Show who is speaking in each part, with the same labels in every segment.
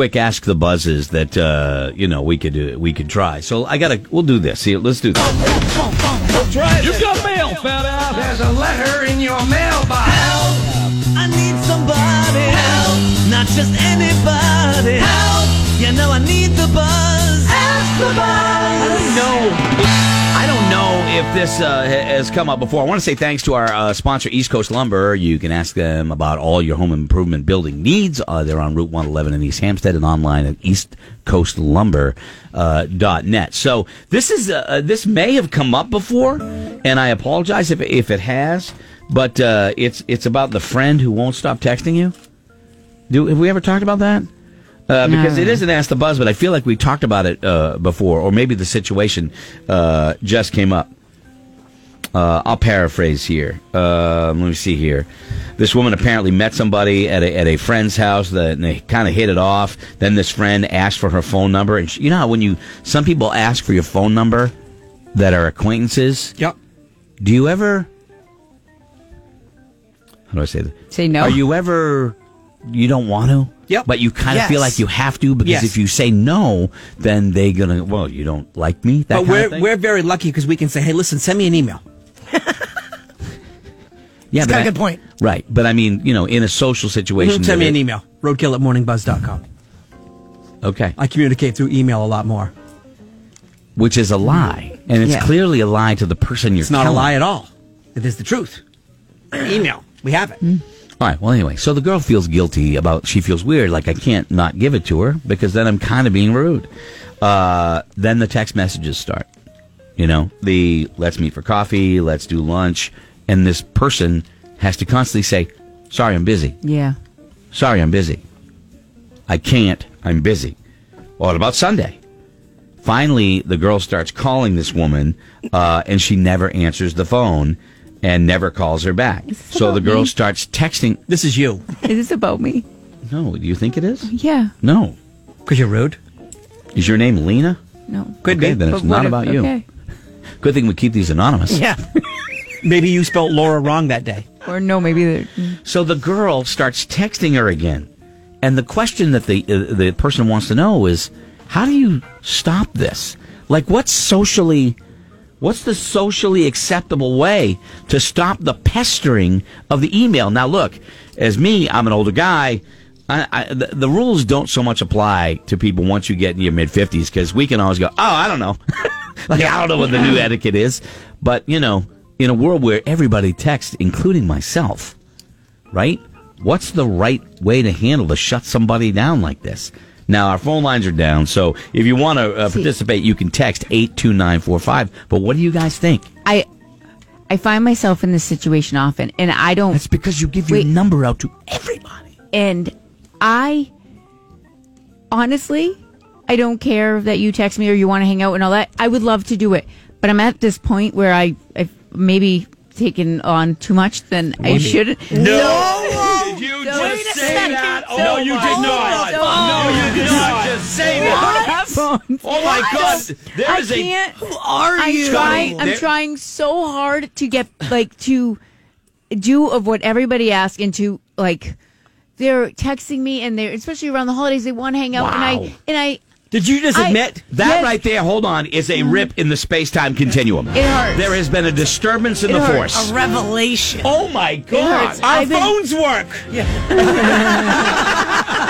Speaker 1: quick ask the buzzes that uh, you know we could uh, we could try. So I gotta we'll do this. See, let's do this.
Speaker 2: You got mail, fat ass.
Speaker 3: There's a letter in your mailbox.
Speaker 4: I need somebody help, not just anybody help. You know I need the buzz. Ask the buzz.
Speaker 1: No, I don't know if this uh, ha- has come up before. I want to say thanks to our uh, sponsor, East Coast Lumber. You can ask them about all your home improvement building needs. Uh, they're on Route 111 in East Hampstead and online at eastcoastlumber.net. Uh, dot net. so this is uh, uh, this may have come up before, and I apologize if if it has. But uh, it's it's about the friend who won't stop texting you. Do have we ever talked about that? Uh, because it isn't ask the buzz, but I feel like we talked about it uh, before, or maybe the situation uh, just came up. Uh, I'll paraphrase here. Uh, let me see here. This woman apparently met somebody at a, at a friend's house that and they kind of hit it off. Then this friend asked for her phone number, and she, you know how when you some people ask for your phone number that are acquaintances.
Speaker 2: Yep.
Speaker 1: Do you ever? How do I say this?
Speaker 5: Say no.
Speaker 1: Are you ever? You don't want to.
Speaker 2: Yep.
Speaker 1: But you kind of
Speaker 2: Yes.
Speaker 1: feel like you have to because
Speaker 2: Yes.
Speaker 1: if you say no, then they gonna. Well, you don't like me. That
Speaker 2: But
Speaker 1: kind
Speaker 2: we're
Speaker 1: of thing.
Speaker 2: we're very lucky because we can say, hey, listen, send me an email.
Speaker 1: yeah,
Speaker 2: got a good point.
Speaker 1: Right, but I mean, you know, in a social situation,
Speaker 2: Send me an
Speaker 1: that-
Speaker 2: email. Roadkill at morningbuzz.com.
Speaker 1: Okay,
Speaker 2: I communicate through email a lot more.
Speaker 1: which is a lie, and it's
Speaker 5: Yeah.
Speaker 1: clearly a lie to the person you're.
Speaker 2: It's not a
Speaker 1: telling.
Speaker 2: lie at all. It is the truth. email. We have it.
Speaker 1: All right. Well, anyway, so the girl feels guilty about. She feels weird. Like I can't not give it to her because then I'm kind of being rude. Uh, then the text messages start. You know, the let's meet for coffee, let's do lunch, and this person has to constantly say, "Sorry, I'm busy.
Speaker 5: Yeah.
Speaker 1: Sorry, I'm busy. I can't. I'm busy." What about Sunday? Finally, the girl starts calling this woman, uh, and she never answers the phone and never calls her back.
Speaker 5: this
Speaker 1: So
Speaker 5: about
Speaker 1: the girl
Speaker 5: me?
Speaker 1: starts texting.
Speaker 2: This is you.
Speaker 5: Is this about me?
Speaker 1: No, do you think it is?
Speaker 5: Yeah.
Speaker 1: No.
Speaker 2: Because you're rude.
Speaker 1: Is your name Lena?
Speaker 5: No.
Speaker 2: Could
Speaker 1: okay,
Speaker 2: be.
Speaker 1: then it's
Speaker 5: But
Speaker 1: not
Speaker 5: what if-
Speaker 1: about you.
Speaker 5: Okay.
Speaker 1: Good thing we keep these anonymous.
Speaker 2: Yeah. Maybe you spelt Laura wrong that day.
Speaker 5: Or no, maybe they're.
Speaker 1: So the girl starts texting her again, and the question that the uh, the person wants to know is, how do you stop this? Like, what's socially, what's the socially acceptable way to stop the pestering of the email? Now, look, as me, I'm an older guy. I, I, the, the rules don't so much apply to people once you get in your mid 50s because we can always go, oh, I don't know. like, I don't know what the new etiquette is. But, you know, in a world where everybody texts, including myself, right? What's the right way to handle to shut somebody down like this? Now, our phone lines are down, so if you want to uh, participate, you can text 82945. But what do you guys think?
Speaker 5: I I find myself in this situation often, and I don't.
Speaker 1: That's because you give your
Speaker 5: Wait.
Speaker 1: number out to everybody.
Speaker 5: and I honestly, I don't care that you text me or you want to hang out and all that. I would love to do it, but I'm at this point where I I've maybe taken on too much than I shouldn't. No,
Speaker 3: Did you
Speaker 5: No. Wait a second.
Speaker 3: no, you did
Speaker 5: Oh,
Speaker 3: not.
Speaker 5: my
Speaker 3: No, you did not just say that. Oh my God! There
Speaker 5: I
Speaker 3: is a
Speaker 5: can't.
Speaker 2: Are
Speaker 5: I'm trying. I'm
Speaker 3: There-
Speaker 5: trying so hard to get like to do of what everybody asks and to like. They're texting me and they're especially around the holidays. They want to hang out and
Speaker 1: Wow.
Speaker 5: I and I.
Speaker 2: Did you just
Speaker 5: I-
Speaker 2: admit?
Speaker 1: That
Speaker 5: Yes.
Speaker 1: right there, hold on, is a rip in the space time continuum.
Speaker 5: It hurts.
Speaker 1: There has been a disturbance in
Speaker 5: It
Speaker 1: the
Speaker 5: hurts.
Speaker 1: force.
Speaker 3: revelation.
Speaker 1: Oh my God.
Speaker 5: hurts.
Speaker 2: Our
Speaker 5: I've been-
Speaker 2: phones work.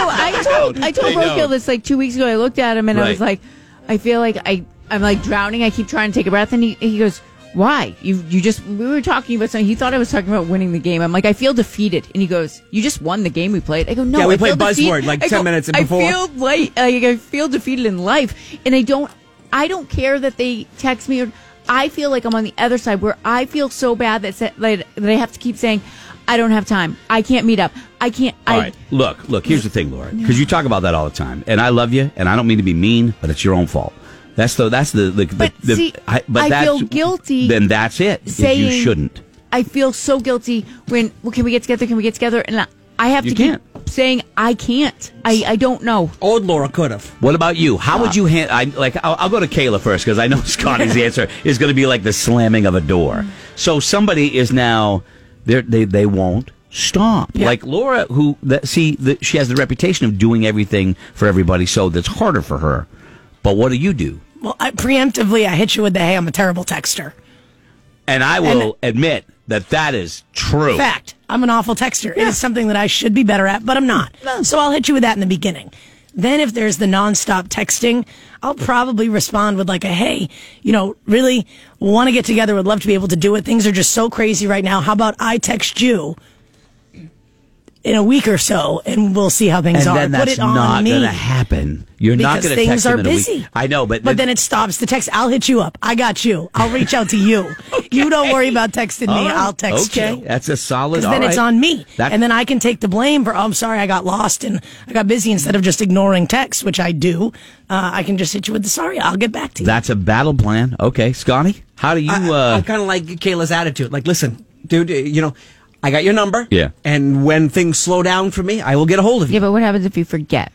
Speaker 5: Oh, I told I told
Speaker 3: They
Speaker 5: Roadkill
Speaker 3: don't.
Speaker 5: this like two weeks ago. I looked at him and I was
Speaker 1: Right.
Speaker 5: like, I feel like I I'm like drowning. I keep trying to take a breath, and he he goes. Why you you just we were talking about something he thought I was talking about winning the game I'm like I feel defeated and he goes you just won the game we played I go no
Speaker 2: Yeah, we
Speaker 5: I feel
Speaker 2: played
Speaker 5: defeat-
Speaker 2: Buzzword, like,
Speaker 5: I
Speaker 2: 10
Speaker 5: go,
Speaker 2: minutes
Speaker 5: I
Speaker 2: before.
Speaker 5: feel like like, I feel defeated in life and I don't I don't care that they text me or I feel like I'm on the other side where I feel so bad that sa- like, that I have to keep saying I don't have time I can't meet up I can't I
Speaker 1: All right, look, look. Here's the thing, Laura, because you talk about that all the time, and I love you, and I don't mean to be mean, but it's your own fault. That's the that's the the.
Speaker 5: But
Speaker 1: the,
Speaker 5: see,
Speaker 1: I, but
Speaker 5: I
Speaker 1: that's,
Speaker 5: feel guilty
Speaker 1: Then that's it. If
Speaker 5: saying
Speaker 1: you shouldn't.
Speaker 5: I feel so guilty when well, can we get together? Can we get together? And I, I have
Speaker 1: You
Speaker 5: to
Speaker 1: can't.
Speaker 5: keep saying I can't. I I don't know.
Speaker 2: Old Laura could have.
Speaker 1: What about you? How
Speaker 5: Uh,
Speaker 1: would you handle? I, like, I'll, I'll go to Kayla first because I know Scotty's answer is going to be like the slamming of a door. So somebody is now they're- they they won't. stop. Like Laura, who that, see that she has the reputation of doing everything for everybody, so that's harder for her. But what do you do?
Speaker 6: Well, I, preemptively, I hit you with the hey, I'm a terrible texter.
Speaker 1: And I will admit that that is true.
Speaker 6: Fact. I'm an awful texter. It is something that I should be better at, but I'm not. So I'll hit you with that in the beginning. Then if there's the nonstop texting, I'll probably respond with like a hey, you know, really want to get together, would love to be able to do it. Things are just so crazy right now. How about I text you in a week or so and we'll see how things
Speaker 1: and
Speaker 6: are.
Speaker 1: then
Speaker 6: Put
Speaker 1: that's
Speaker 6: it on
Speaker 1: not
Speaker 6: me.
Speaker 1: going to happen. You're not
Speaker 6: Because
Speaker 1: going to
Speaker 6: things
Speaker 1: text
Speaker 6: are
Speaker 1: them in a week.
Speaker 6: busy.
Speaker 1: I know, but,
Speaker 6: But then it stops the text. I'll hit you up. I got you. I'll reach out to you. You don't worry about texting me.
Speaker 1: All right.
Speaker 6: I'll text
Speaker 1: Oh, okay.
Speaker 6: you.
Speaker 1: That's a solid.
Speaker 6: Because
Speaker 1: all
Speaker 6: then it's
Speaker 1: right.
Speaker 6: on me.
Speaker 1: That-
Speaker 6: and then I can take the blame for, oh, I'm sorry, I got lost and I got busy instead of just ignoring text, which I do. Uh, I can just hit you with the sorry, I'll get back to you.
Speaker 1: That's a battle plan. Okay, Scotty, how do you? uh,
Speaker 2: I kind of like Kayla's attitude. Like, listen, dude, uh, you know, I got your number.
Speaker 1: Yeah.
Speaker 2: And when things slow down for me, I will get a hold of you.
Speaker 5: Yeah, but what happens if you forget?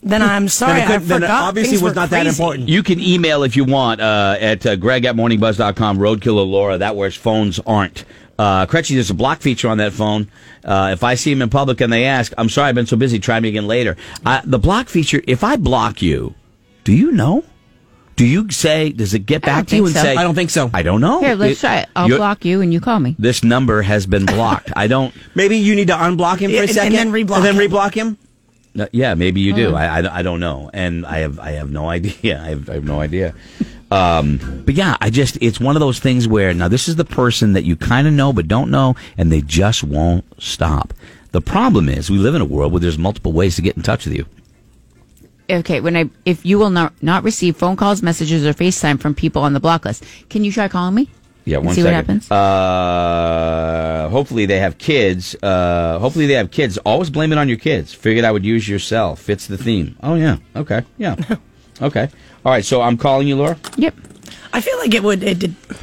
Speaker 6: then I'm
Speaker 2: Then
Speaker 6: sorry,
Speaker 2: it
Speaker 6: I,
Speaker 2: couldn't-
Speaker 6: forgot.
Speaker 2: then it obviously
Speaker 6: Things
Speaker 2: was
Speaker 6: were
Speaker 2: not that
Speaker 6: crazy.
Speaker 2: important.
Speaker 1: You can email if you want uh, at uh, greg at morningbuzz.com, roadkiller Laura. That where phones aren't. Uh, Crutchy, there's a block feature on that phone. Uh, if I see him in public and they ask, I'm sorry, I've been so busy, try me again later. Uh, the block feature, if I block you, do you know? Do you say, does it get
Speaker 5: I don't
Speaker 1: back to you
Speaker 5: think
Speaker 1: and
Speaker 5: so.
Speaker 1: say,
Speaker 2: I don't think so.
Speaker 1: I don't know.
Speaker 5: Here, let's
Speaker 1: It-
Speaker 5: try it. I'll
Speaker 1: you're-
Speaker 5: block you and you call me.
Speaker 1: This number has been blocked. I don't,
Speaker 2: Maybe you need to unblock him for
Speaker 6: Yeah,
Speaker 2: a
Speaker 6: and- and
Speaker 2: second
Speaker 6: then reblock
Speaker 2: and then
Speaker 6: him.
Speaker 2: reblock him.
Speaker 1: Uh, yeah, maybe you
Speaker 5: Hmm.
Speaker 1: do. I, I, I don't know, and I have I have no idea. I have, I have no idea. Um, but yeah, I just it's one of those things where now this is the person that you kind of know but don't know, and they just won't stop. The problem is we live in a world where there's multiple ways to get in touch with you.
Speaker 5: Okay, when I if you will not not receive phone calls, messages, or FaceTime from people on the block list, can you try calling me?
Speaker 1: Yeah,
Speaker 5: And
Speaker 1: one
Speaker 5: see
Speaker 1: second.
Speaker 5: what happens.
Speaker 1: Uh, hopefully they have kids. Uh, hopefully they have kids. Always blame it on your kids. Figured I would use yourself. Fits the theme. Oh yeah. Okay. Yeah. okay. All right. So I'm calling you, Laura.
Speaker 5: yep.
Speaker 6: I feel like it would, it did, I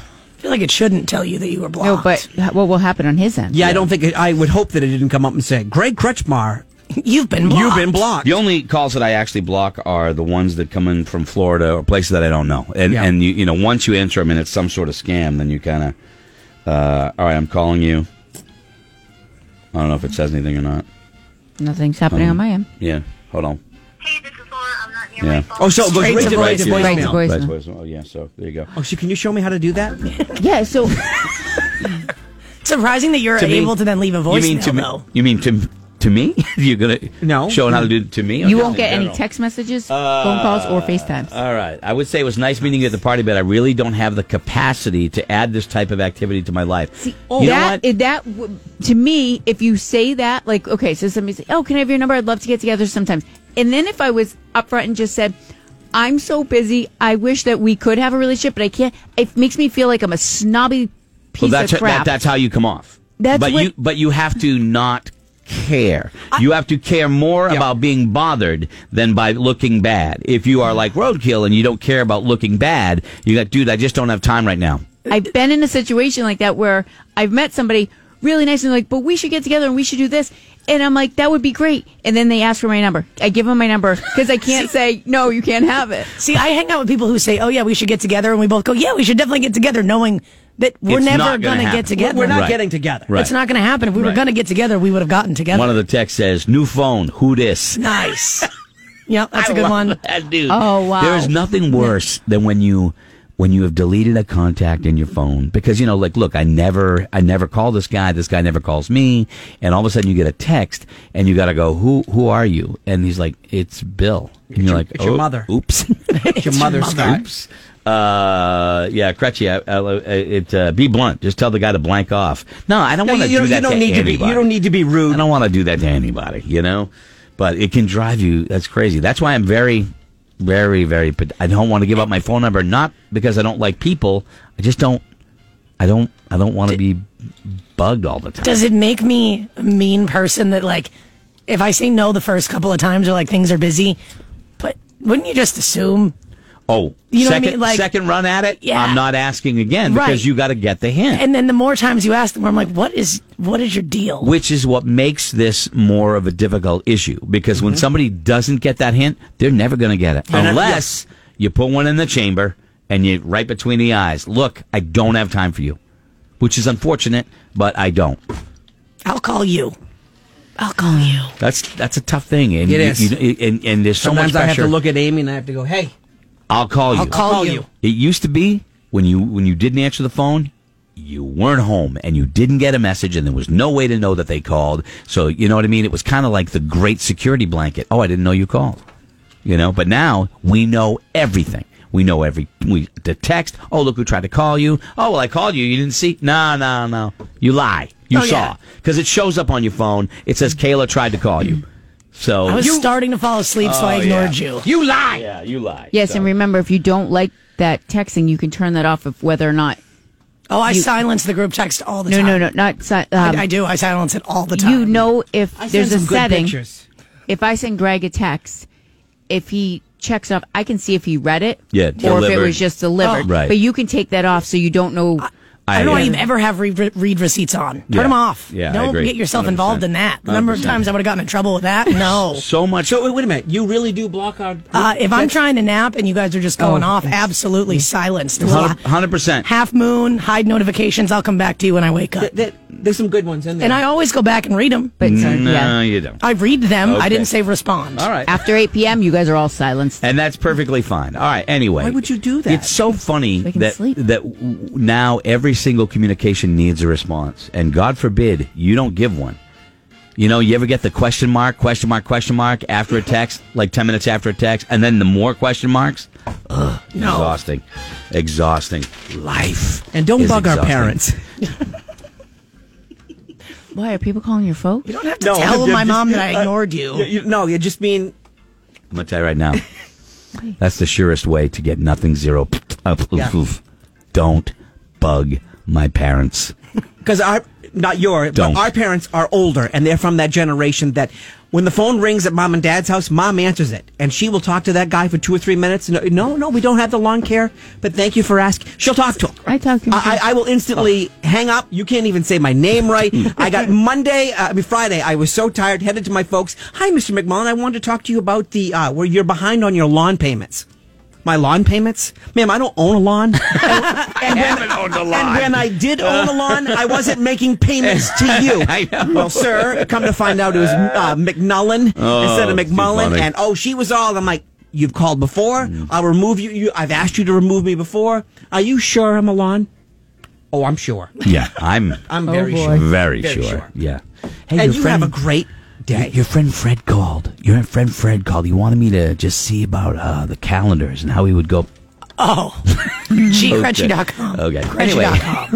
Speaker 6: feel like it shouldn't tell you that you were blocked.
Speaker 5: No, but h- what will happen on his end?
Speaker 2: Yeah, I don't think it, I would hope that it didn't come up and say, Greg Crutchmar,
Speaker 6: you've been blocked.
Speaker 2: you've been blocked.
Speaker 1: The only calls that I actually block are the ones that come in from Florida or places that I don't know. And
Speaker 2: Yeah.
Speaker 1: and you you know once you answer them and it's some sort of scam, then you kind of uh, all right. I'm calling you. I don't know if it says anything or not.
Speaker 5: Nothing's happening
Speaker 1: Um,
Speaker 5: on my end.
Speaker 1: Yeah, hold on.
Speaker 7: Hey, this is Laura. I'm not near
Speaker 1: Yeah.
Speaker 7: my phone.
Speaker 2: oh, so it goes
Speaker 6: Straight
Speaker 2: right to,
Speaker 6: to
Speaker 2: right to
Speaker 6: voice-
Speaker 5: right to
Speaker 2: voicemail.
Speaker 5: voice- Voicemail.
Speaker 1: Right to voicemail. Oh, yeah. So there you go.
Speaker 2: Oh, so can you show me how to do that?
Speaker 5: Yeah. So
Speaker 6: Surprising that you're
Speaker 1: To me-
Speaker 6: able to then leave a voicemail,
Speaker 1: you mean to
Speaker 6: though.
Speaker 1: me? You mean to to me? You're gonna
Speaker 2: No.
Speaker 1: showing how to do it to me?
Speaker 5: you
Speaker 1: Okay.
Speaker 5: won't
Speaker 1: In
Speaker 5: get any
Speaker 1: general. Uh,
Speaker 5: text messages, phone calls, or FaceTimes.
Speaker 1: All right. I would say it was nice meeting you at the party, but I really don't have the capacity to add this type of activity to my life.
Speaker 5: See,
Speaker 1: Oh, you know
Speaker 5: that
Speaker 1: what?
Speaker 5: it- that w- to me, if you say that, like, okay, so somebody say, "Oh, can I have your number? I'd love to get together sometimes." And then if I was upfront and just said, "I'm so busy. I wish that we could have a relationship, but I can't," it makes me feel like I'm a snobby piece
Speaker 1: Well, that's
Speaker 5: of crap.
Speaker 1: That, that's how you come off.
Speaker 5: That's
Speaker 1: but
Speaker 5: what-
Speaker 1: you but you have to not care. you have to care more about being bothered than by looking bad. If you are like roadkill and you don't care about looking bad, you got dude, I just don't have time right now.
Speaker 5: I've been in a situation like that where I've met somebody really nice and they're like, but we should get together and we should do this. And I'm like, that would be great. And then they ask for my number. I give them my number because I can't say, no, you can't have it.
Speaker 6: See, I hang out with people who say, "Oh yeah, we should get together," and we both go, "Yeah, we should definitely get together," knowing that we're
Speaker 1: It's
Speaker 6: never
Speaker 1: not gonna
Speaker 6: going to
Speaker 1: happen.
Speaker 6: get together.
Speaker 2: We're not
Speaker 1: Right.
Speaker 2: getting together.
Speaker 1: Right.
Speaker 6: It's not going to happen. If we were
Speaker 1: Right.
Speaker 6: going to get together, we would have gotten together.
Speaker 1: One of the texts says, "New phone, who dis?"
Speaker 6: nice. yep, that's a good one.
Speaker 1: That dude.
Speaker 5: Oh, wow.
Speaker 1: There is nothing worse than when you when you have deleted a contact in your phone because you know like look I never I never call this guy this guy never calls me and all of a sudden you get a text and you got to go who who are you and he's like it's Bill and you're
Speaker 2: your-
Speaker 1: like
Speaker 2: it's your
Speaker 1: "Oh,
Speaker 2: mother."
Speaker 1: oops
Speaker 2: Your mother, Scott.
Speaker 1: oops uh yeah crutchy I, I, it uh, be blunt just tell the guy to blank off no I don't
Speaker 2: No,
Speaker 1: want
Speaker 2: you,
Speaker 1: to
Speaker 2: you
Speaker 1: do
Speaker 2: don't-
Speaker 1: that
Speaker 2: you don't
Speaker 1: to
Speaker 2: need to be.
Speaker 1: anybody.
Speaker 2: You don't need to be rude.
Speaker 1: I don't want to do that to anybody, you know. But it can drive you. That's crazy. That's why I'm very, very, very. ped- I don't want to give up my phone number, not because I don't like people. I just don't. I don't. I don't want to be bugged all the time.
Speaker 6: Does it make me a mean person that like, if I say no the first couple of times or like things are busy, but wouldn't you just assume?
Speaker 1: oh,
Speaker 6: You know what I
Speaker 1: second,
Speaker 6: mean? Like-
Speaker 1: second run at it.
Speaker 6: Yeah.
Speaker 1: I'm not asking again
Speaker 6: Right.
Speaker 1: because you got to get the hint.
Speaker 6: And then the more times you ask them, I'm like, what is what is your deal?
Speaker 1: which is what makes this more of a difficult issue because
Speaker 2: Mm-hmm.
Speaker 1: when somebody doesn't get that hint, they're never going to get it
Speaker 2: And I-
Speaker 1: unless you put one in the chamber and you right between the eyes. Look, I don't have time for you, which is unfortunate, but I don't.
Speaker 6: I'll call you. I'll call you.
Speaker 1: That's that's a tough thing, and
Speaker 2: It
Speaker 1: you-
Speaker 2: is.
Speaker 1: you- and, and there's so
Speaker 2: Sometimes
Speaker 1: much
Speaker 2: I have
Speaker 1: pressure.
Speaker 2: to look at Amy and I have to go, hey,
Speaker 1: I'll call you.
Speaker 2: I'll call, you.
Speaker 1: It used to be when you when you didn't answer the phone, you weren't home and you didn't get a message and there was no way to know that they called. So you know what I mean? It was kind of like the great security blanket. Oh, I didn't know you called. You know, but now we know everything. We know every we the text. Oh, look who tried to call you. Oh, well, I called you. You didn't see? No, no, no. You lie. You
Speaker 6: Oh, yeah.
Speaker 1: saw because it shows up on your phone. It says Kayla tried to call you. So
Speaker 6: I was starting to fall asleep, so I ignored Oh, you.
Speaker 2: You lie.
Speaker 1: Oh, yeah, you lie.
Speaker 5: Yes,
Speaker 1: So-
Speaker 5: and remember, if you don't like that texting, you can turn that off of whether or not.
Speaker 6: Oh, I silence the group text all the
Speaker 5: No,
Speaker 6: time.
Speaker 5: no, no, not. si- Um,
Speaker 6: I, I do. I silence it all the time.
Speaker 5: You know, if
Speaker 2: I
Speaker 5: there's a
Speaker 2: send some good
Speaker 5: setting,
Speaker 2: pictures.
Speaker 5: if I send Greg a text, if he checks off, I can see if he read it.
Speaker 1: Yeah,
Speaker 5: or if it
Speaker 1: delivered.
Speaker 5: was just delivered.
Speaker 1: Oh. Right.
Speaker 5: But you can take that off so you don't know.
Speaker 6: I don't
Speaker 1: I-
Speaker 6: want to even ever have re- re- read receipts on. Turn
Speaker 1: Yeah.
Speaker 6: them off.
Speaker 1: Yeah, I
Speaker 6: don't
Speaker 1: agree.
Speaker 6: get yourself
Speaker 1: 100%.
Speaker 6: involved in that. The number of
Speaker 1: 100%.
Speaker 6: times I would have gotten in trouble with that. No.
Speaker 1: so much.
Speaker 2: So wait, wait a minute. You really do block out.
Speaker 6: Uh, if I'm trying to nap and you guys are just going
Speaker 2: Oh,
Speaker 6: off,
Speaker 2: yes.
Speaker 6: absolutely silenced.
Speaker 1: Hundred- hundred percent.
Speaker 6: Half moon, hide notifications. I'll come back to you when I wake up.
Speaker 2: Th- th- there's some good ones in there.
Speaker 6: And I always go back and read them.
Speaker 5: But so,
Speaker 1: No,
Speaker 5: yeah.
Speaker 1: you don't.
Speaker 6: I read them.
Speaker 1: Okay.
Speaker 6: I didn't say respond.
Speaker 1: All right.
Speaker 5: After 8 p.m., you guys are all silenced.
Speaker 1: And that's perfectly fine. All right. Anyway,
Speaker 2: Why would you do that?
Speaker 1: It's so funny
Speaker 5: They can
Speaker 1: that
Speaker 5: sleep.
Speaker 1: that w- now every single communication needs a response, and God forbid you don't give one. You know, you ever get the question mark, question mark, question mark after a text, like ten minutes after a text, and then the more question marks. Ugh, exhausting, exhausting life.
Speaker 2: and don't
Speaker 1: is
Speaker 2: bug our
Speaker 1: exhausting.
Speaker 2: parents.
Speaker 5: Why are people calling your phone?
Speaker 6: You don't have to tell my mom that I ignored
Speaker 1: uh,
Speaker 6: you.
Speaker 2: no, uh, you just mean
Speaker 1: I'm gonna tell you right now. that's the surest way to get nothing zero. Uh, poof,
Speaker 2: Yeah.
Speaker 1: poof. Don't bug my parents.
Speaker 2: because our not your
Speaker 1: Don't.
Speaker 2: but our parents are older and they're from that generation that when the phone rings at mom and dad's house, mom answers it and she will talk to that guy for two or three minutes. No, no, no we don't have the lawn care, but thank you for asking. She'll talk to him.
Speaker 5: I talk to him,
Speaker 2: I,
Speaker 5: too.
Speaker 2: I, I will instantly hang up. You can't even say my name right. I got Monday, uh, I mean Friday. I was so tired, headed to my folks. Hi, Mr. McMullen. I wanted to talk to you about the uh, where you're behind on your lawn payments. My lawn payments, ma'am. I don't own a lawn.
Speaker 1: I haven't owned a
Speaker 2: And when I did own a lawn, I wasn't making payments to you.
Speaker 1: Uh. I know.
Speaker 2: Well, sir, come to find out it was uh, McNullen instead of
Speaker 1: it's Oh, too
Speaker 2: McMullen.
Speaker 1: funny. Mm.
Speaker 2: And oh, she was all, I'm like, you've called before. I'll remove you. you. I've asked you to remove me before. Are you sure I'm a lawn? Oh, I'm sure.
Speaker 1: yeah, I'm
Speaker 2: I'm very
Speaker 5: boy.
Speaker 2: sure.
Speaker 1: very,
Speaker 2: Very
Speaker 1: sure.
Speaker 2: sure.
Speaker 1: Yeah. Oh, Hey,
Speaker 2: and you have a great day.
Speaker 1: Your friend Fred called. Your friend Fred called. He wanted me to just see about uh, the calendars and how he would go.
Speaker 6: Oh. gcrunchy.com.
Speaker 1: Okay. Anyway.
Speaker 6: Crunchy.com.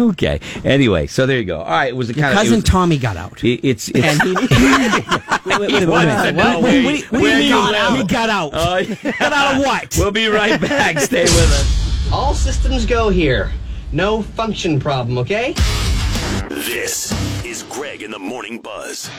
Speaker 1: okay. Anyway. So there you go. All right. It was the kind
Speaker 2: cousin
Speaker 1: of
Speaker 2: Tommy got out.
Speaker 1: It, it's it's.
Speaker 2: and he, wait, wait, wait, wait, wait,
Speaker 1: wanted to know where
Speaker 2: What? Wait,
Speaker 1: you-
Speaker 2: wait, What do
Speaker 1: where
Speaker 2: you
Speaker 1: you
Speaker 2: mean?
Speaker 1: live.
Speaker 2: He got out.
Speaker 1: Uh,
Speaker 2: Got out of what?
Speaker 1: we'll be right back. Stay with us.
Speaker 8: All systems go here. No function problem, okay?
Speaker 9: This is Greg in the Morning Buzz.